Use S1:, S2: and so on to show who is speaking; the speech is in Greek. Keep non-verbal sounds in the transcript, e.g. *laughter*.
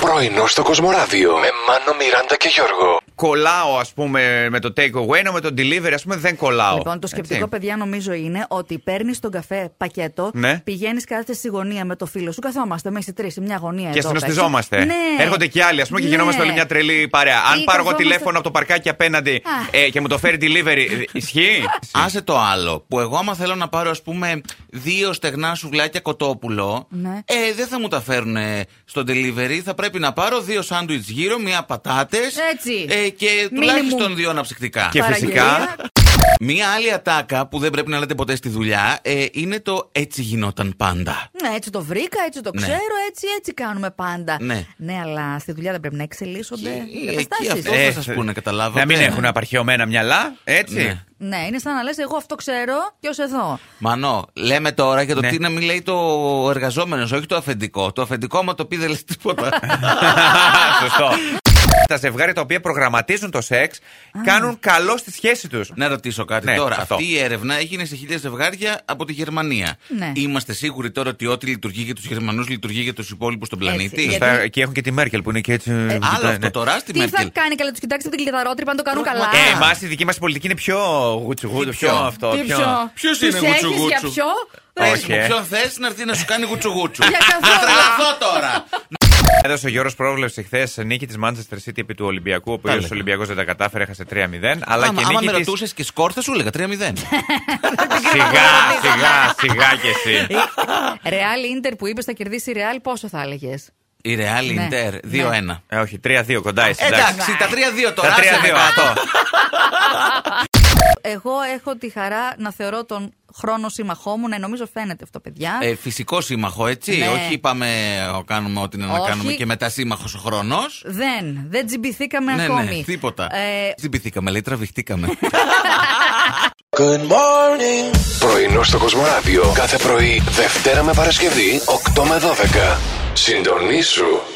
S1: Πρωινό στο Κοσμοράδιο με Μάνο, Μιράντα και Γιώργο.
S2: Κολλάω, ας πούμε, με το take away, ενώ με το delivery, ας πούμε, δεν κολλάω.
S3: Λοιπόν, το σκεπτικό,
S2: Έτσι.
S3: παιδιά, νομίζω είναι ότι παίρνεις τον καφέ πακέτο,
S2: Ναι.
S3: πηγαίνεις κάθεσαι στη γωνία με το φίλο σου. Καθόμαστε εμείς οι τρεις σε μια γωνία.
S2: Και
S3: εδώ πέρα.
S2: συνοστιζόμαστε.
S3: Ναι.
S2: Έρχονται και άλλοι, ας πούμε, και
S3: Ναι.
S2: γινόμαστε όλοι μια τρελή παρέα. Αν
S3: Ή
S2: πάρω εγώ
S3: καθόμαστε-
S2: τηλέφωνο από το παρκάκι απέναντι
S3: Α.
S2: ε, και μου το φέρει delivery, ε,
S4: *laughs*
S2: ισχύει.
S4: Άσε το άλλο. Που εγώ, άμα θέλω να πάρω, ας πούμε, δύο στεγνά σουβλάκια κοτόπουλο,
S3: Ναι.
S4: ε, δεν θα μου τα φέρουν στο delivery. Θα πρέπει να πάρω δύο σάντουιτ γύρω, μία πατάτες.
S3: Έτσι.
S4: Ε, και
S3: Minimum.
S4: τουλάχιστον δύο αναψυκτικά.
S2: Και φυσικά.
S3: Παραγγελία.
S4: Μία άλλη ατάκα που δεν πρέπει να λέτε ποτέ στη δουλειά ε, είναι το έτσι γινόταν πάντα.
S3: Ναι, έτσι το βρήκα, έτσι το
S4: Ναι.
S3: ξέρω, έτσι, έτσι κάνουμε πάντα.
S4: Ναι.
S3: αλλά στη δουλειά δεν πρέπει να εξελίσσονται
S4: Και-
S2: ε,
S3: οι Ε.
S4: εκεί
S3: καταστάσει.
S4: αυτό. θα σας πούνε, καταλάβατε.
S2: Να μην έχουν απαρχαιωμένα μυαλά, έτσι.
S4: Ναι.
S3: Ναι, είναι σαν να λες: Εγώ αυτό ξέρω, ποιο εδώ.
S4: Μανώ, λέμε τώρα για το
S2: Ναι.
S4: τι να μην λέει το εργαζόμενος, όχι το αφεντικό. Το αφεντικό, άμα το πει, δεν λες τίποτα.
S2: *laughs* Σωστό. Τα ζευγάρια τα οποία προγραμματίζουν το σεξ κάνουν καλό στη σχέση τους.
S4: να ρωτήσω κάτι
S2: Ναι,
S4: τώρα.
S2: αυτό.
S4: Αυτή η έρευνα έγινε σε χίλια ζευγάρια από τη Γερμανία.
S3: Ναι.
S4: Είμαστε σίγουροι τώρα ότι ό,τι λειτουργεί για τους Γερμανούς λειτουργεί για τους υπόλοιπους στον πλανήτη.
S3: γιατί- Ε,
S2: Και έχουν και τη Μέρκελ που είναι και έτσι.
S4: Άλλο
S2: ναι.
S4: αυτό τώρα στη
S3: Τι θα
S4: Μέρκελ.
S3: κάνει, καλά, τους κοιτάξτε την κλειδαρότρυπα, αν το κάνουν καλά.
S4: Πραγματικά.
S2: Ε, εμάς η δική μας πολιτική είναι πιο γουτσουγούτο, πιο
S4: ποιο?
S2: αυτό.
S3: Τι ποιο.
S4: Ποιος
S3: Τους
S4: είναι
S3: έχεις
S4: γουτσουγούτσου?
S3: Για ποιο.
S2: Όχι.
S4: Πες μου, Ποιον θες να έρθει να σου κάνει γουτσουγούτσου.
S3: Για καθόλου.
S4: Να τρελαθώ τώρα.
S2: Έδωσε ο Γιώργος πρόβλεψη χθες νίκη της Manchester City επί του Ολυμπιακού. Ο οποίος
S4: λέγαμε.
S2: Ολυμπιακός δεν τα κατάφερε, έχασε 3-0. Αλλά
S4: Άμα,
S2: και
S4: άμα
S2: νίκη
S4: με
S2: της...
S4: ρωτούσες και σκορ, θα σου έλεγα 3-0.
S2: Σιγά, σιγά, σιγά κι εσύ.
S3: Ε, Ρεάλ Ιντερ που είπες θα κερδίσει η Ρεάλ, πόσο θα έλεγες.
S4: *laughs* Η Real
S3: Ναι.
S4: Inter 2-1.
S2: Ε, όχι, 3-2 κοντά είσαι. εντάξει.
S4: Εντάξει, τα 3-2 τώρα.
S2: Τα 3-2 αυτό.
S3: Εγώ έχω τη χαρά να θεωρώ τον χρόνο σύμμαχό μου, να νομίζω φαίνεται αυτό, παιδιά.
S4: Ε, φυσικό σύμμαχο, έτσι.
S3: Ναι.
S4: Όχι είπαμε ο, κάνουμε ό,τι είναι να
S3: Όχι.
S4: κάνουμε και μετά σύμμαχος ο χρόνος.
S3: Δεν, δεν τσιμπηθήκαμε
S4: Ναι,
S3: ακόμη.
S4: ναι, τίποτα.
S3: Ε,
S4: Τσιμπηθήκαμε, λέει, τραβηχτήκαμε.
S1: Πρωινό στο Κοσμοράδιο κάθε πρωί, Δευτέρα με Παρασκευή, 8 με 12. Συντονίσου.